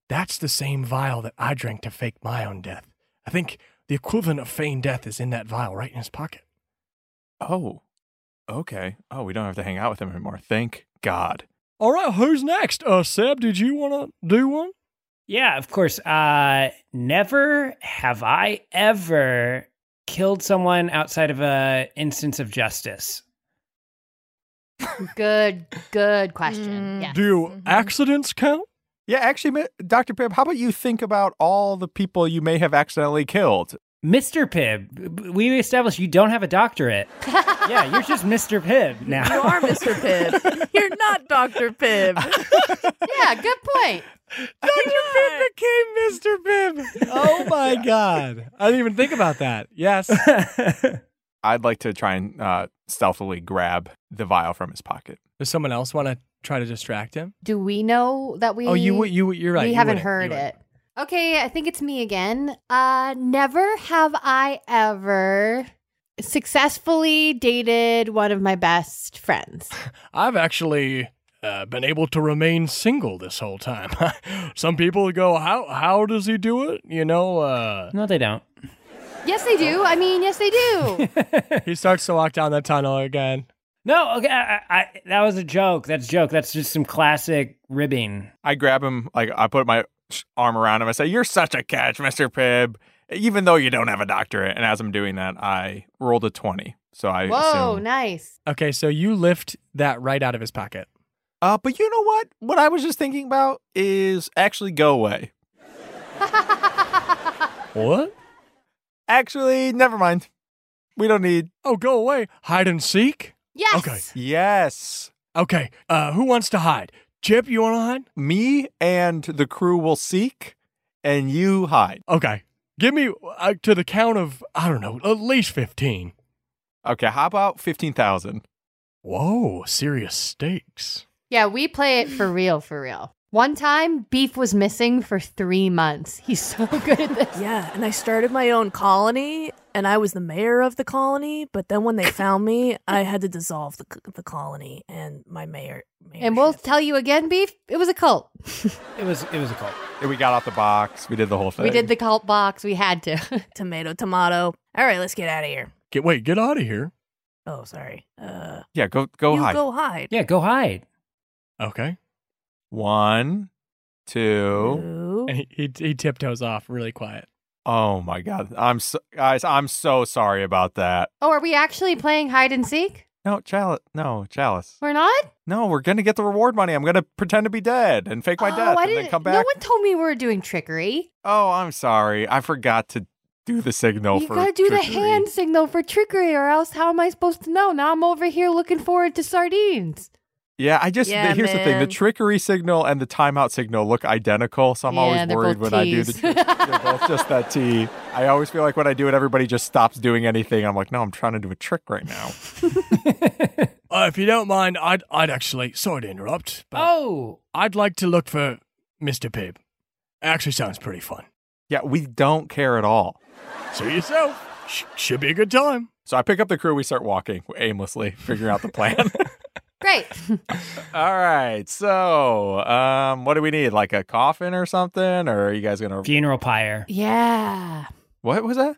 Speaker 5: That's the same vial that I drank to fake my own death. I think the equivalent of feigned death is in that vial right in his pocket.
Speaker 3: Oh, okay. Oh, we don't have to hang out with him anymore. Thank God.
Speaker 5: All right, who's next? Uh, Seb, did you want to do one?
Speaker 1: Yeah, of course. Uh, never have I ever killed someone outside of a instance of justice.
Speaker 4: Good, good question.
Speaker 2: Mm.
Speaker 4: Yes.
Speaker 5: Do
Speaker 2: Mhm.
Speaker 5: accidents count?
Speaker 3: Yeah, actually, Mi- Dr. Pibb, how about you think about all the people you may have accidentally killed?
Speaker 1: Mr. Pibb, we established you don't have a doctorate. yeah, you're just Mr. Pibb
Speaker 2: you
Speaker 1: now.
Speaker 2: are Mr. Pibb. You're not Dr. Pibb.
Speaker 4: Yeah, good point.
Speaker 5: Dr. Pibb became Mr. Pibb. Oh my God. I didn't even think about that. Yes.
Speaker 3: I'd like to try and uh, stealthily grab the vial from his pocket.
Speaker 5: Does someone else want to try to distract him?
Speaker 4: Do we know that we
Speaker 5: oh, you would- you you're right.
Speaker 4: we
Speaker 5: you
Speaker 4: haven't
Speaker 5: wouldn't, you
Speaker 4: heard
Speaker 5: wouldn't.
Speaker 4: it. Okay, I think it's me again. Uh never have I ever successfully dated one of my best friends.
Speaker 5: I've actually uh, been able to remain single this whole time. Some people go, "How how does he do it?" You know, uh,
Speaker 1: no, they don't.
Speaker 4: Yes, they do. I mean, yes, they do.
Speaker 5: he starts to walk down that tunnel again.
Speaker 1: No, okay, I, I, I- that was a joke. That's a joke. That's just some classic ribbing.
Speaker 3: I grab him, like, I put my sh- arm around him. I say, You're such a catch, Mr. Pibb, even though you don't have a doctorate. And as I'm doing that, I rolled a 20. So I
Speaker 4: Whoa,
Speaker 3: assume-
Speaker 4: nice.
Speaker 5: Okay, so you lift that right out of his pocket.
Speaker 3: Uh, but you know what? What I was just thinking about is actually go away.
Speaker 5: What?
Speaker 3: Actually, never mind. We don't need.
Speaker 5: Oh, go away. Hide and seek.
Speaker 4: Yes.
Speaker 5: Okay.
Speaker 3: Yes.
Speaker 5: Okay. Uh, who wants to hide? Chip, you want to hide?
Speaker 3: Me and the crew will seek, and you hide.
Speaker 5: Okay. Give me uh, to the count of I don't know, at least fifteen.
Speaker 3: Okay, how about 15,000?
Speaker 5: Whoa, serious stakes.
Speaker 4: Yeah, we play it for real, for real. One time, Beef was missing for three months. He's so good at this.
Speaker 2: Yeah, and I started my own colony, and I was the mayor of the colony. But then when they found me, I had to dissolve the, c- the colony and my mayor.
Speaker 4: And we'll
Speaker 2: mayorship.
Speaker 4: tell you again, Beef, it was a cult.
Speaker 1: It was it was a cult.
Speaker 3: Yeah, We got out the box. We did the whole thing.
Speaker 4: We did the cult box. We had to.
Speaker 2: tomato, tomato. All right, let's get out of here.
Speaker 5: Get wait, get out of here.
Speaker 2: Oh, sorry. Uh,
Speaker 3: Yeah, go go
Speaker 2: you
Speaker 3: hide.
Speaker 2: go hide.
Speaker 1: Yeah, go hide.
Speaker 5: Okay.
Speaker 3: One, two.
Speaker 2: Ooh.
Speaker 5: And he, he he tiptoes off really quiet.
Speaker 3: Oh my god. I'm so guys, I'm so sorry about that.
Speaker 4: Oh, are we actually playing hide and seek?
Speaker 3: No, Chalice. No, Chalice.
Speaker 4: We're not.
Speaker 3: No, we're gonna get the reward money. I'm gonna pretend to be dead and fake my
Speaker 4: oh,
Speaker 3: death
Speaker 4: I
Speaker 3: and then
Speaker 4: didn't.
Speaker 3: come back.
Speaker 4: No one told me we were doing trickery.
Speaker 3: Oh, I'm sorry. I forgot to do the signal
Speaker 4: you
Speaker 3: Oh, for
Speaker 4: gotta do the
Speaker 3: trickery.
Speaker 4: hand signal for trickery, or else how am I supposed to know? Now I'm over here looking forward to sardines.
Speaker 3: Yeah, I just
Speaker 2: Yeah,
Speaker 3: here's the thing: the
Speaker 2: man.
Speaker 3: trickery signal and the timeout signal look identical, so I'm
Speaker 4: Yeah,
Speaker 3: always
Speaker 4: they're
Speaker 3: worried
Speaker 4: both
Speaker 3: when I do the.
Speaker 4: Ts.
Speaker 3: They're both just that T. I always feel like when I do it, everybody just stops doing anything. I'm like, no, I'm trying to do a trick right now.
Speaker 5: Uh, if you don't mind, I'd I'd actually sorry to interrupt, but
Speaker 1: Oh,
Speaker 5: I'd like to look for Mr. Pibb. Actually, sounds pretty fun.
Speaker 3: yeah, we don't care at all.
Speaker 5: See yourself. Sh- should be a good time.
Speaker 3: So I pick up the crew. We start walking aimlessly, figuring out the plan.
Speaker 4: Great.
Speaker 3: all right. So, um, what do we need? Like a coffin or something? Or are you guys gonna?
Speaker 1: funeral pyre.
Speaker 4: yeah.
Speaker 3: What was that?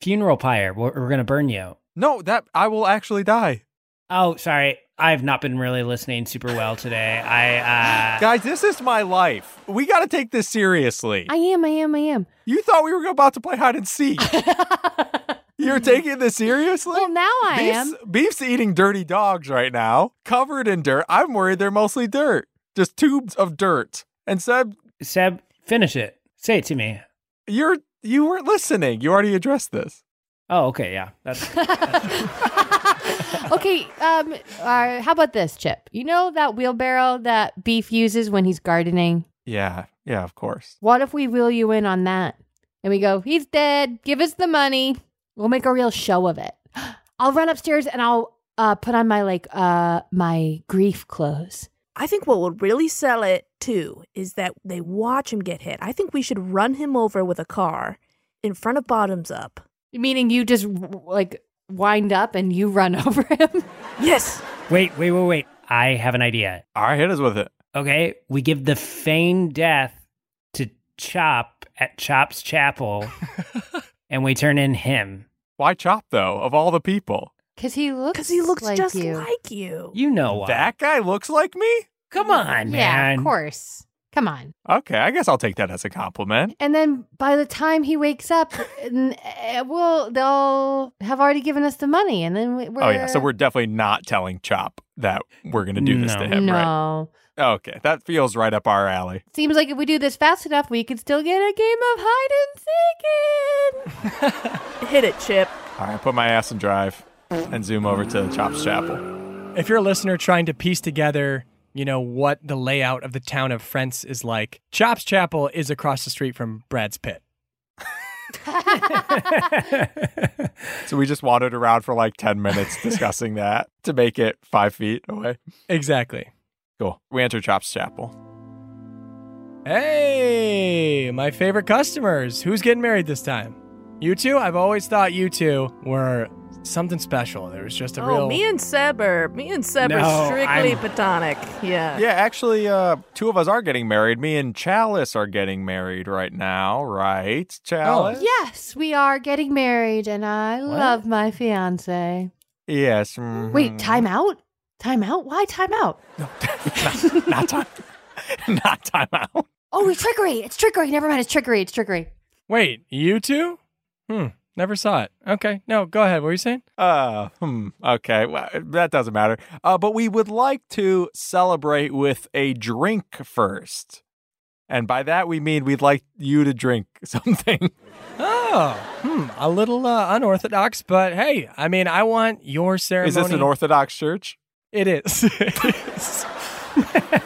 Speaker 1: Funeral pyre. We're, we're going to burn you.
Speaker 3: No, that I will actually die.
Speaker 1: Oh, sorry. I've not been really listening super well today. I, uh,
Speaker 3: Guys, this is my life. We got to take this seriously.
Speaker 4: I am. I am. I am.
Speaker 3: You thought we were about to play hide and seek. You're taking this seriously?
Speaker 4: Well, now I
Speaker 3: Beef's,
Speaker 4: am.
Speaker 3: Beef's eating dirty dogs right now, covered in dirt. I'm worried they're mostly dirt, just tubes of dirt. And Seb,
Speaker 1: Seb, finish it. Say it to me.
Speaker 3: you're you weren't listening. You already addressed this.
Speaker 1: Oh, okay. Yeah. That's,
Speaker 4: okay. Um. Uh, how about this, Chip? You know that wheelbarrow that Beef uses when he's gardening.
Speaker 3: Yeah, yeah, of course.
Speaker 4: What if we wheel you in on that? And we go, he's dead. Give us the money. We'll make a real show of it. I'll run upstairs and I'll uh, put on my like uh my grief clothes.
Speaker 2: I think what would really sell it too is that they watch him get hit. I think we should run him over with a car in front of Bottoms Up.
Speaker 4: Meaning you just like wind up and you run over him.
Speaker 2: Yes.
Speaker 1: wait, wait, wait, wait. I have an idea.
Speaker 3: All right, hit us with it.
Speaker 1: Okay. We give the feigned death to Chop at Chop's Chapel and we turn in him.
Speaker 3: Why Chop though? Of all the people,
Speaker 4: Cause he looks
Speaker 2: Because he looks
Speaker 4: like
Speaker 2: just
Speaker 4: you.
Speaker 2: like you.
Speaker 1: You know what?
Speaker 3: that guy looks like me.
Speaker 1: Come on,
Speaker 4: yeah,
Speaker 1: man.
Speaker 4: of course. Come on.
Speaker 3: Okay, I guess I'll take that as a compliment.
Speaker 4: And then by the time he wakes up, n- eh, we'll they'll have already given us the money, and then we- we're
Speaker 3: Oh yeah, so we're definitely not telling Chop that we're gonna do this to
Speaker 1: No.
Speaker 3: him,
Speaker 4: no.
Speaker 3: right? Okay, that feels right up our alley.
Speaker 4: Seems like if we do this fast enough, we could still get a game of hide and seek. in.
Speaker 2: Hit it, Chip.
Speaker 3: All right, put my ass in drive and zoom over to Chop's Chapel.
Speaker 5: If you're a listener trying to piece together, you know, what the layout of the town of Frentz is like, Chops Chapel is across the street from Brad's Pit.
Speaker 3: So we just wandered around for like 10 minutes discussing that to make it five feet away.
Speaker 5: Exactly.
Speaker 3: Cool. We enter Chop's Chapel.
Speaker 5: Hey, my favorite customers. Who's getting married this time? You two? I've always thought you two were something special. There was just a
Speaker 2: oh,
Speaker 5: real.
Speaker 2: me and Seb are me and Seb
Speaker 1: No,
Speaker 2: are strictly
Speaker 1: I'm-
Speaker 2: platonic. Yeah.
Speaker 3: Yeah, actually, uh, two of us are getting married. Me and Chalice are getting married right now, right? Chalice?
Speaker 4: Yes, we are getting married, and I love my fiance.
Speaker 3: Yes. mhm.
Speaker 4: Wait, time out? Time out? Why time out?
Speaker 3: not, not time. Not time out.
Speaker 4: Oh, it's trickery. It's trickery. Never mind. It's trickery. It's trickery.
Speaker 5: Wait, you two? Hmm, never saw it. Okay, no, go ahead. What were you saying?
Speaker 3: Uh, hmm, okay. Well, that doesn't matter. Uh, but we would like to celebrate with a drink first. And by that, we mean we'd like you to drink something.
Speaker 5: Oh, hmm, a little uh, unorthodox, but hey, I mean, I want your ceremony.
Speaker 3: Is this an Orthodox church?
Speaker 5: It is. It is.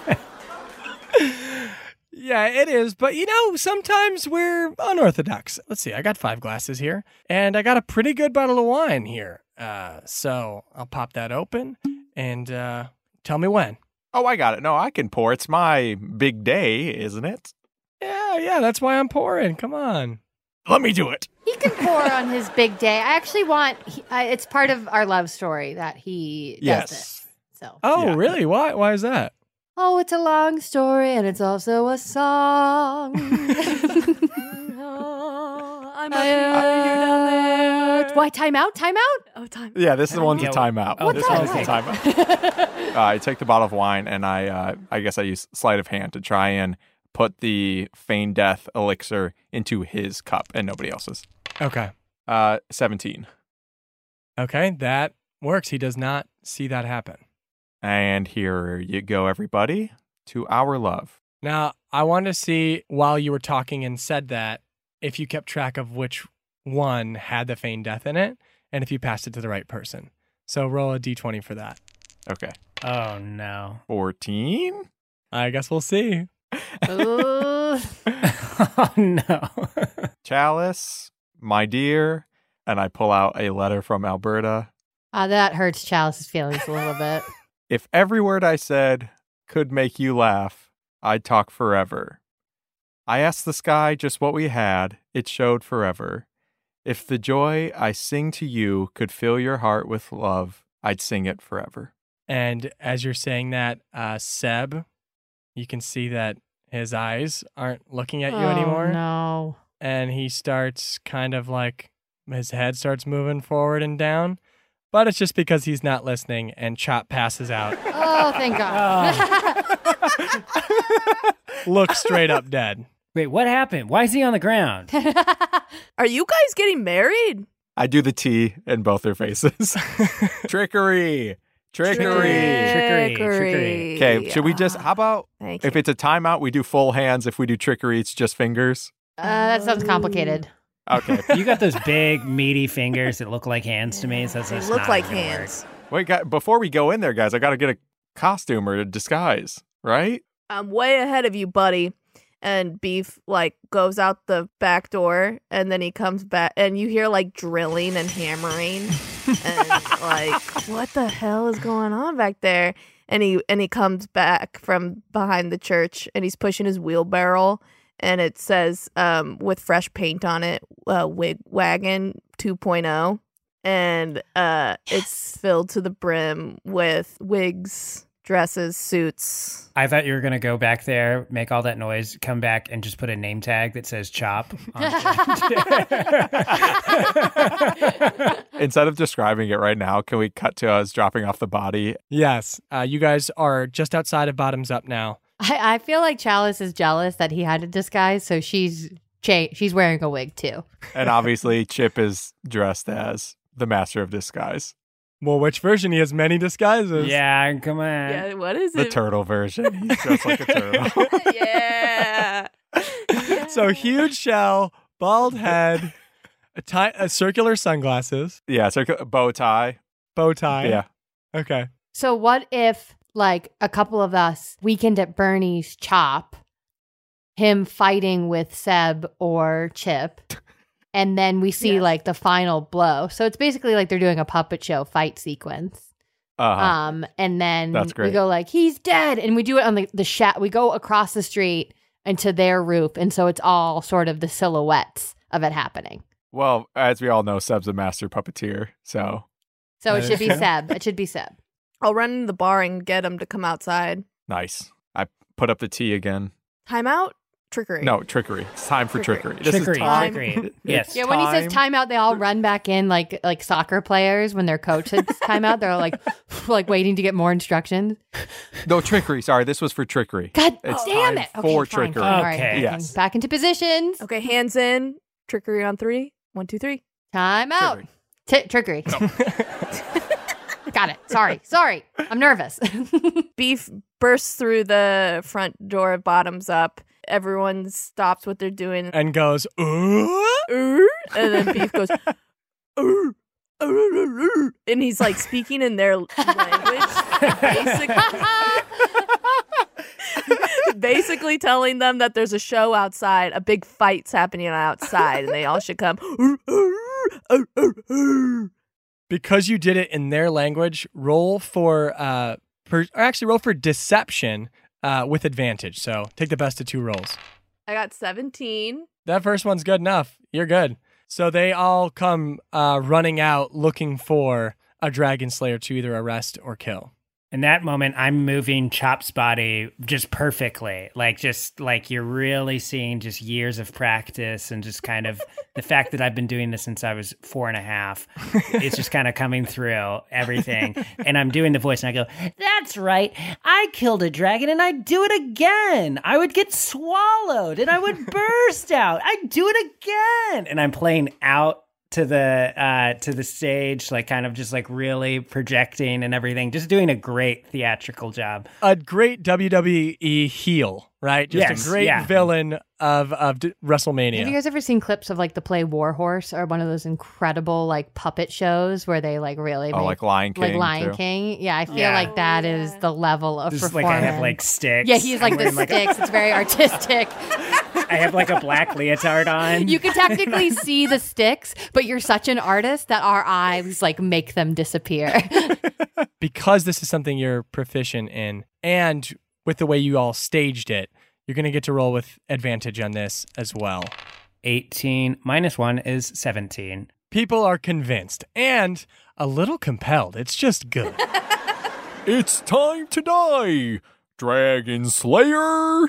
Speaker 5: yeah, it is. But you know, sometimes we're unorthodox. Let's see. I got five glasses here, and I got a pretty good bottle of wine here. Uh, so I'll pop that open, and uh, tell me when.
Speaker 3: Oh, I got it. No, I can pour. It's my big day, isn't it?
Speaker 5: Yeah, yeah. That's why I'm pouring. Come on.
Speaker 3: Let me do it.
Speaker 4: He can pour on his big day. I actually want. He, I it's part of our love story that he does
Speaker 3: Yes.
Speaker 4: this. So.
Speaker 5: Oh,
Speaker 3: Yeah.
Speaker 5: really? Why? Why is that?
Speaker 4: Oh, it's a long story, and it's also a song.
Speaker 2: I'm
Speaker 4: I am- Why time out? Time out?
Speaker 2: Oh, time.
Speaker 3: Yeah, this is the one to
Speaker 1: Yeah,
Speaker 3: time out.
Speaker 1: oh,
Speaker 3: this
Speaker 1: that's
Speaker 3: one's
Speaker 1: right.
Speaker 3: the time out. Uh, I take the bottle of wine and I, uh, I guess I use sleight of hand to try and put the feign death elixir into his cup and nobody else's.
Speaker 5: Okay.
Speaker 3: Uh, 17.
Speaker 5: Okay. That works. He does not see that happen.
Speaker 3: And here you go, everybody, to our love.
Speaker 5: Now, I want to see while you were talking and said that if you kept track of which one had the feigned death in it and if you passed it to the right person. So roll a d20 for that.
Speaker 3: Okay.
Speaker 1: Oh no.
Speaker 3: 14?
Speaker 5: I guess we'll see.
Speaker 4: Ooh.
Speaker 1: oh no.
Speaker 3: Chalice, my dear. And I pull out a letter from Alberta.
Speaker 4: Ah, that hurts Chalice's feelings a little bit.
Speaker 3: If every word I said could make you laugh, I'd talk forever. I asked the sky just what we had, it showed forever. If the joy I sing to you could fill your heart with love, I'd sing it forever.
Speaker 5: And as you're saying that, uh, Seb, you can see that his eyes aren't looking at you
Speaker 4: Oh,
Speaker 5: anymore.
Speaker 4: No.
Speaker 5: And he starts kind of like his head starts moving forward and down. But it's just because he's not listening and Chop passes out,
Speaker 4: Oh, thank God.
Speaker 5: looks straight up dead.
Speaker 1: Wait, what happened? Why is he on the ground?
Speaker 4: Uh,
Speaker 2: Are you guys getting married?
Speaker 3: I do the T in both their faces. Trickery. Trickery.
Speaker 1: Trickery,
Speaker 2: Trickery.
Speaker 3: Okay, should we just, how about
Speaker 2: Thank
Speaker 3: if
Speaker 2: you.
Speaker 3: it's a timeout, we do full hands. If we do trickery, it's just fingers.
Speaker 4: uh, that sounds complicated.
Speaker 3: Okay.
Speaker 1: you got those big meaty fingers that look like hands to me. So that's
Speaker 2: They
Speaker 1: just
Speaker 2: look
Speaker 1: not
Speaker 2: like
Speaker 1: gonna work.
Speaker 2: hands.
Speaker 3: Wait, guy, before we go in there, guys, I got to get a costume or a disguise, right?
Speaker 2: I'm way ahead of you, buddy. And Beef like goes out the back door, and then he comes back, and you hear like drilling and hammering, and like what the hell is going on back there? And he and he comes back from behind the church, and he's pushing his wheelbarrow, and it says um, with fresh paint on it, uh, wig wagon 2.0, and uh, it's filled to the brim with wigs, dresses, suits.
Speaker 1: I thought you were gonna go back there, make all that noise, come back, and just put a name tag that says "Chop." on it.
Speaker 3: Instead of describing it right now, can we cut to us dropping off the body?
Speaker 5: Yes. Uh, you guys are just outside of Bottoms Up now.
Speaker 4: I, I feel like Chalice is jealous that he had a disguise, so she's cha- she's wearing a wig too.
Speaker 3: And obviously, Chip is dressed as the master of disguise,
Speaker 5: Well, which version? He has many disguises.
Speaker 1: yeah, come on.
Speaker 2: Yeah, what is
Speaker 3: the
Speaker 2: it?
Speaker 3: turtle version. He's dressed like a turtle.
Speaker 2: yeah.
Speaker 5: so huge shell, bald head, a, ti- a circular sunglasses,
Speaker 3: yeah, circle bow tie.
Speaker 5: bow tie.
Speaker 3: Yeah.
Speaker 5: Okay.
Speaker 4: So what if like a couple of us weekend at Bernie's chop him fighting with Seb or Chip and then we see
Speaker 2: Yeah.
Speaker 4: like the final blow. So it's basically like they're doing a puppet show fight sequence.
Speaker 3: Uh-huh.
Speaker 4: Um and then
Speaker 3: That's
Speaker 4: we
Speaker 3: great.
Speaker 4: go like he's dead and we do it on the the sha- we go across the street into their roof and so it's all sort of the silhouettes of it happening.
Speaker 3: well, as we all know, Seb's a master puppeteer. So
Speaker 4: So it
Speaker 5: That
Speaker 4: should
Speaker 5: is
Speaker 4: be
Speaker 5: true.
Speaker 4: Seb. It should be Seb.
Speaker 2: I'll run into the bar and get him to come outside.
Speaker 3: nice. I put up the T again.
Speaker 2: Timeout? Trickery.
Speaker 3: No, trickery. It's time for
Speaker 2: Trickery.
Speaker 3: trickery. This is
Speaker 1: Trickery,
Speaker 3: time.
Speaker 1: trickery. Yes.
Speaker 4: Yeah, when he says timeout, they all run back in like like soccer players when their coach says timeout. They're all like like waiting to get more instructions.
Speaker 3: No, trickery. Sorry, this was for trickery.
Speaker 4: God
Speaker 3: It's
Speaker 4: damn
Speaker 3: time
Speaker 4: it!
Speaker 3: for
Speaker 4: okay, fine,
Speaker 3: trickery.
Speaker 4: fine, all right,
Speaker 1: Okay.
Speaker 4: okay,
Speaker 3: Yes.
Speaker 4: back into positions.
Speaker 2: Okay, hands in. Trickery on three. One, two, three.
Speaker 4: Timeout. T- trickery. Got it. Sorry, sorry. I'm nervous.
Speaker 2: Beef bursts through the front door, bottoms up. Everyone stops what they're
Speaker 3: Eh.
Speaker 2: doing.
Speaker 5: And goes, ooh.
Speaker 2: "Err," And then Beef goes, "Err, err, err, err," and he's like speaking in their language, basically, basically telling them that there's a show outside, a big fight's happening outside, and they all should come. "Err, err, err, err, err."
Speaker 5: Because you did it in their language, roll for, uh, per- or actually roll for deception uh, with advantage. So take the best of two rolls.
Speaker 2: I got 17.
Speaker 5: That first one's good enough. You're good. So they all come uh, running out looking for a dragon slayer to either arrest or kill.
Speaker 1: In that moment, I'm moving Chop's body just perfectly. Like, just like you're really seeing just years of practice and just kind of the fact that I've been doing this since I was four and a half. It's just kind of coming through everything. And I'm doing the voice and I go, That's right. I killed a dragon and I'd do it again. I would get swallowed and I would burst out. I'd do it again. And I'm playing out to the uh to the stage like kind of just like really projecting and everything just doing a great theatrical job
Speaker 5: a great WWE heel, right? Just
Speaker 1: Yes,
Speaker 5: a great
Speaker 1: yeah.
Speaker 5: villain of of D- WrestleMania.
Speaker 4: Have you guys ever seen clips of like the play War Horse or one of those incredible like puppet shows where they like really
Speaker 3: Oh,
Speaker 4: make,
Speaker 3: like Lion King.
Speaker 4: like Lion
Speaker 3: too.
Speaker 4: King? Yeah, I feel
Speaker 1: Yeah.
Speaker 4: like that is the level of
Speaker 1: just like
Speaker 4: performance.
Speaker 1: i have like sticks
Speaker 4: yeah, he's like
Speaker 1: I'm
Speaker 4: the
Speaker 1: wearing,
Speaker 4: sticks. it's very artistic.
Speaker 1: i have like a black leotard on
Speaker 4: You can technically see the sticks, but you're such an artist that our eyes like make them disappear.
Speaker 5: because this is something you're proficient in and with the way you all staged it, you're going to get to roll with advantage on this as well.
Speaker 1: 18 minus 1 is 17
Speaker 5: People are convinced and a little compelled. It's just good.
Speaker 3: It's time to die, Dragon Slayer.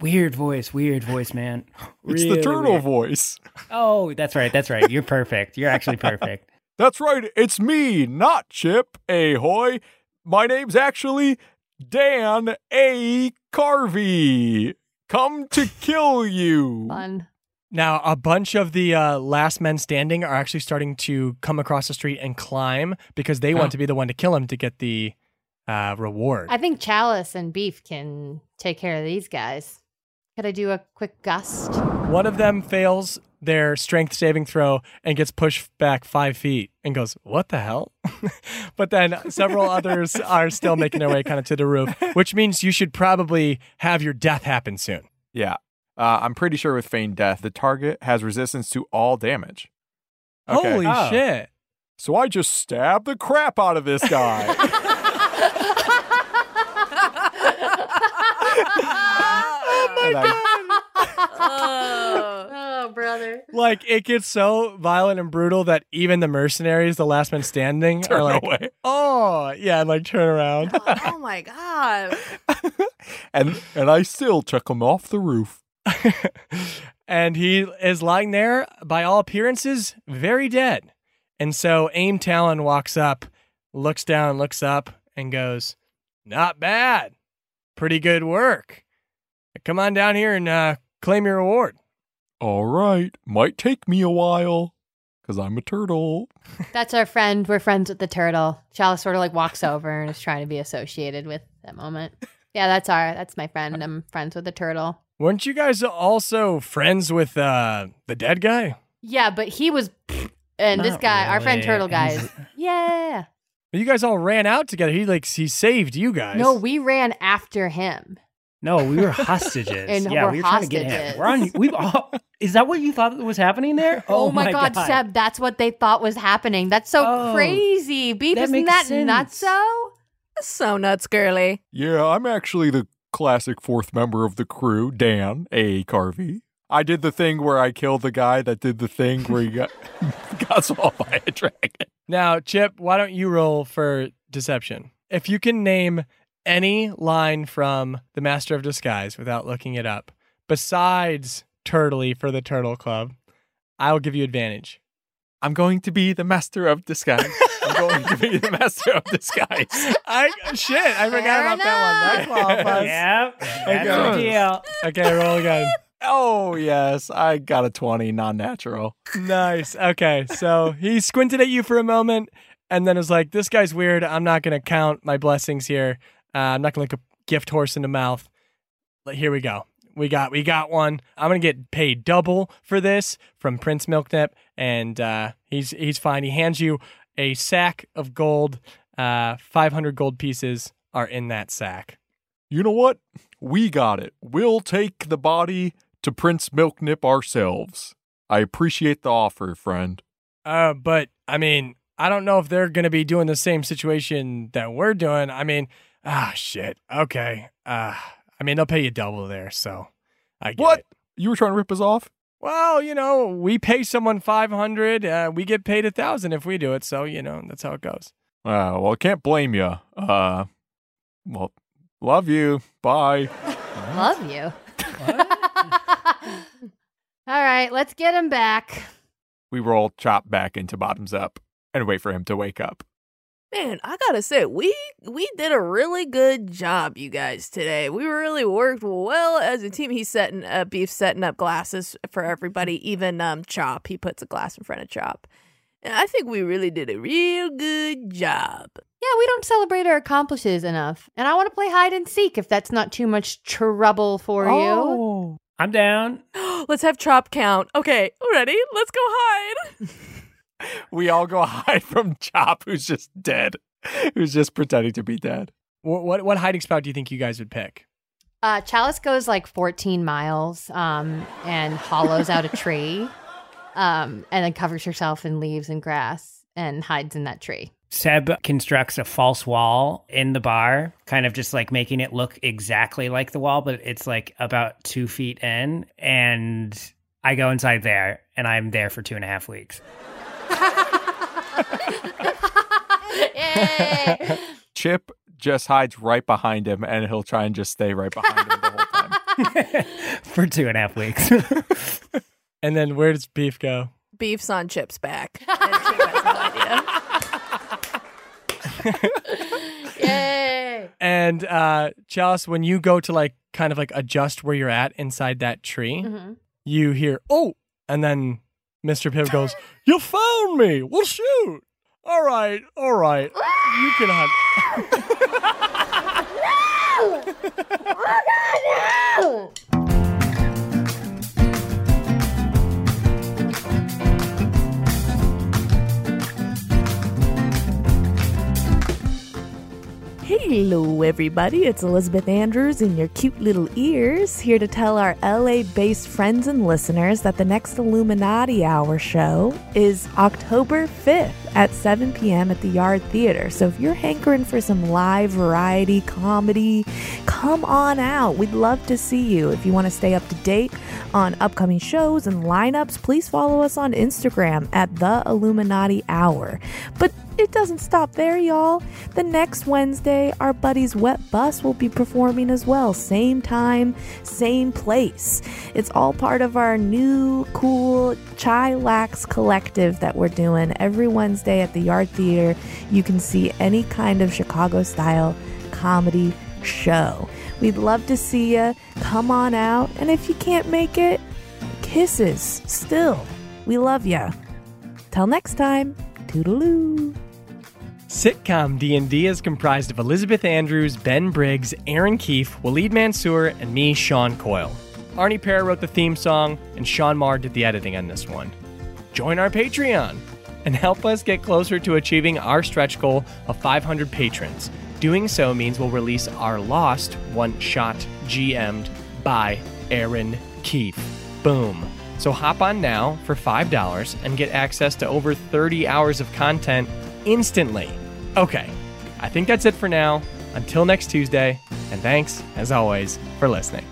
Speaker 1: weird voice weird voice man
Speaker 3: It's
Speaker 1: Really
Speaker 3: the turtle
Speaker 1: weird.
Speaker 3: voice.
Speaker 1: oh that's right that's right you're perfect you're actually perfect
Speaker 3: That's right. It's me, not Chip Ahoy. My name's actually Dan A. Carvey. Come to kill you.
Speaker 4: Fun.
Speaker 5: now, a bunch of the uh, last men standing are actually starting to come across the street and climb because they want to be the one to kill him to get the uh, reward.
Speaker 4: I think Chalice and Beef can take care of these guys. Could I do a quick gust?
Speaker 5: One of them fails their strength saving throw and gets pushed back five feet and goes, What the hell? but then several others are still making their way kind of to the roof, which means you should probably have your death happen soon.
Speaker 3: Yeah. Uh, I'm pretty sure with Feigned Death, the target has resistance to all damage. Okay.
Speaker 5: Holy
Speaker 1: Oh.
Speaker 5: shit.
Speaker 3: So I just stabbed the crap out of this guy. And I-
Speaker 2: Oh.
Speaker 4: Oh, brother.
Speaker 5: Like it gets so violent and brutal that even the mercenaries, the last men standing, are like,
Speaker 3: away.
Speaker 5: Oh, yeah, and like turn around.
Speaker 2: oh my god.
Speaker 3: and and I still took him off the roof.
Speaker 5: and he is lying there, by all appearances, very dead. And so Aim Talon walks up, looks down, looks up, and goes, Not bad. Pretty good work. Come on down here and uh, claim your reward.
Speaker 3: All right, might take me a while cuz I'm a turtle.
Speaker 4: That's our friend. We're friends with the turtle. Chalice sort of like walks over and is trying to be associated with that moment. Yeah, that's our that's my friend. I'm friends with the turtle.
Speaker 5: Weren't you guys also friends with uh, the dead guy?
Speaker 4: Yeah, but he was and this
Speaker 1: Not
Speaker 4: guy, our friend
Speaker 1: really.
Speaker 4: turtle guy is yeah.
Speaker 5: You guys all ran out together. He like he saved you guys.
Speaker 4: No, we ran after him.
Speaker 1: No, we were hostages.
Speaker 4: And
Speaker 1: yeah,
Speaker 4: we're
Speaker 1: we were trying to get him.
Speaker 4: hostages.
Speaker 1: We're on. We all. Is that what you thought was happening there?
Speaker 4: Oh, my, god, Seb, that's what they thought was happening. That's so
Speaker 1: Oh,
Speaker 4: crazy. Beef,
Speaker 1: that
Speaker 4: isn't
Speaker 1: makes
Speaker 4: that
Speaker 1: sense.
Speaker 4: nuts? So
Speaker 2: So nuts, girly.
Speaker 3: Yeah, I'm actually the classic fourth member of the crew, Dan A. Carvey. I did the thing where I killed the guy that did the thing where he got got swallowed by a dragon.
Speaker 5: Now, Chip, why don't you roll for deception? If you can name any line from The Master of Disguise without looking it up, besides Turtley for the Turtle Club, I will give you advantage.
Speaker 3: I'm going to be the master of disguise. I'm going to be the master of disguise.
Speaker 5: I shit, I forgot
Speaker 4: Fair
Speaker 5: about that one. That qualifies.
Speaker 1: Yep, that's
Speaker 3: God.
Speaker 1: the deal.
Speaker 5: Okay, roll again.
Speaker 3: Oh, yes, I got a 20, non natural.
Speaker 5: Nice. Okay, so he squinted at you for a moment, and then was like, "This guy's weird. I'm not gonna count my blessings here. Uh, I'm not gonna look a gift horse in the mouth." But here we go. We got we got one. I'm gonna get paid double for this from Prince Milknip, and uh, he's he's fine. He hands you a sack of gold. Uh, 500 gold pieces are in that sack.
Speaker 3: You know what? We got it. We'll take the body to Prince Milknip ourselves. I appreciate the offer, friend.
Speaker 5: Uh, but I mean, I don't know if they're going to be doing the same situation that we're doing. I mean, ah, shit. Okay. Uh, I mean, they'll pay you double there, so I get
Speaker 3: What?
Speaker 5: it.
Speaker 3: You were trying to rip us off?
Speaker 5: Well, you know, we pay someone five hundred. Uh, we get paid a thousand if we do it. So you know, that's how it goes.
Speaker 3: Uh, well, I can't blame you. Uh, Well, love you. Bye.
Speaker 4: Love you. All right, let's get him back.
Speaker 3: We roll Chop back into Bottoms Up and wait for him to wake up.
Speaker 2: Man, I gotta say, we we did a really good job, you guys, today. We really worked well as a team. He's setting uh, beef setting up glasses for everybody, even um Chop. He puts a glass in front of Chop. And I think we really did a real good job.
Speaker 4: Yeah, we don't celebrate our accomplices enough. And I want to play hide and seek if that's not too much trouble for
Speaker 1: Oh.
Speaker 4: you.
Speaker 1: I'm down.
Speaker 2: Let's have Chop count. Okay, ready? Let's go hide.
Speaker 3: We all go hide from Chop, who's just dead, who's just pretending to be dead.
Speaker 5: What, what what hiding spot do you think you guys would pick?
Speaker 4: Uh, Chalice goes like 14 miles um, and hollows out a tree um, and then covers herself in leaves and grass and hides in that tree.
Speaker 1: Seb constructs a false wall in the bar, kind of just like making it look exactly like the wall, but it's like about two feet in. And I go inside there and I'm there for two and a half weeks.
Speaker 4: Yay!
Speaker 3: Chip just hides right behind him and he'll try and just stay right behind him the whole time.
Speaker 1: for two and a half weeks.
Speaker 5: And then where does Beef go?
Speaker 2: Beef's on Chip's back. And Chip has no idea.
Speaker 4: Yay!
Speaker 5: And uh, Chalice, when you go to like kind of like adjust where you're at inside that tree,
Speaker 4: Mhm.
Speaker 5: you hear oh, and then Mr. Piv goes, "You found me. Well, shoot. All right, all right. you can hide."
Speaker 2: Hello, everybody. It's Elizabeth Andrews in your cute little ears, here to tell our LA based friends and listeners that the next Illuminati Hour show is October 5th at 7 p.m. at the Yard Theater. So if you're hankering for some live variety comedy, come on out. We'd love to see you. If you want to stay up to date on upcoming shows and lineups, please follow us on Instagram at The Illuminati Hour. But it doesn't stop there, y'all. The next Wednesday, our buddies Wet Bus will be performing as well. Same time, same place. It's all part of our new cool Chilax collective that we're doing every Wednesday at the Yard Theater. You can see any kind of Chicago style comedy show. We'd love to see you. Come on out. And if you can't make it, kisses still. We love ya. Till next time, toodaloo.
Speaker 5: Sitcom D&D is comprised of Elizabeth Andrews, Ben Briggs, Aaron Keefe, Waleed Mansour, and me, Sean Coyle. Arnie Pear wrote the theme song, and Sean Marr did the editing on this one. Join our Patreon and help us get closer to achieving our stretch goal of 500 patrons. Doing so means we'll release our lost one-shot GM'd by Aaron Keefe. Boom. So hop on now for $5 and get access to over 30 hours of content instantly. Okay, I think that's it for now. Until next Tuesday, and thanks, as always, for listening.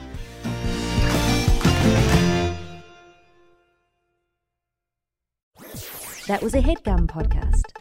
Speaker 8: That was a headgum podcast.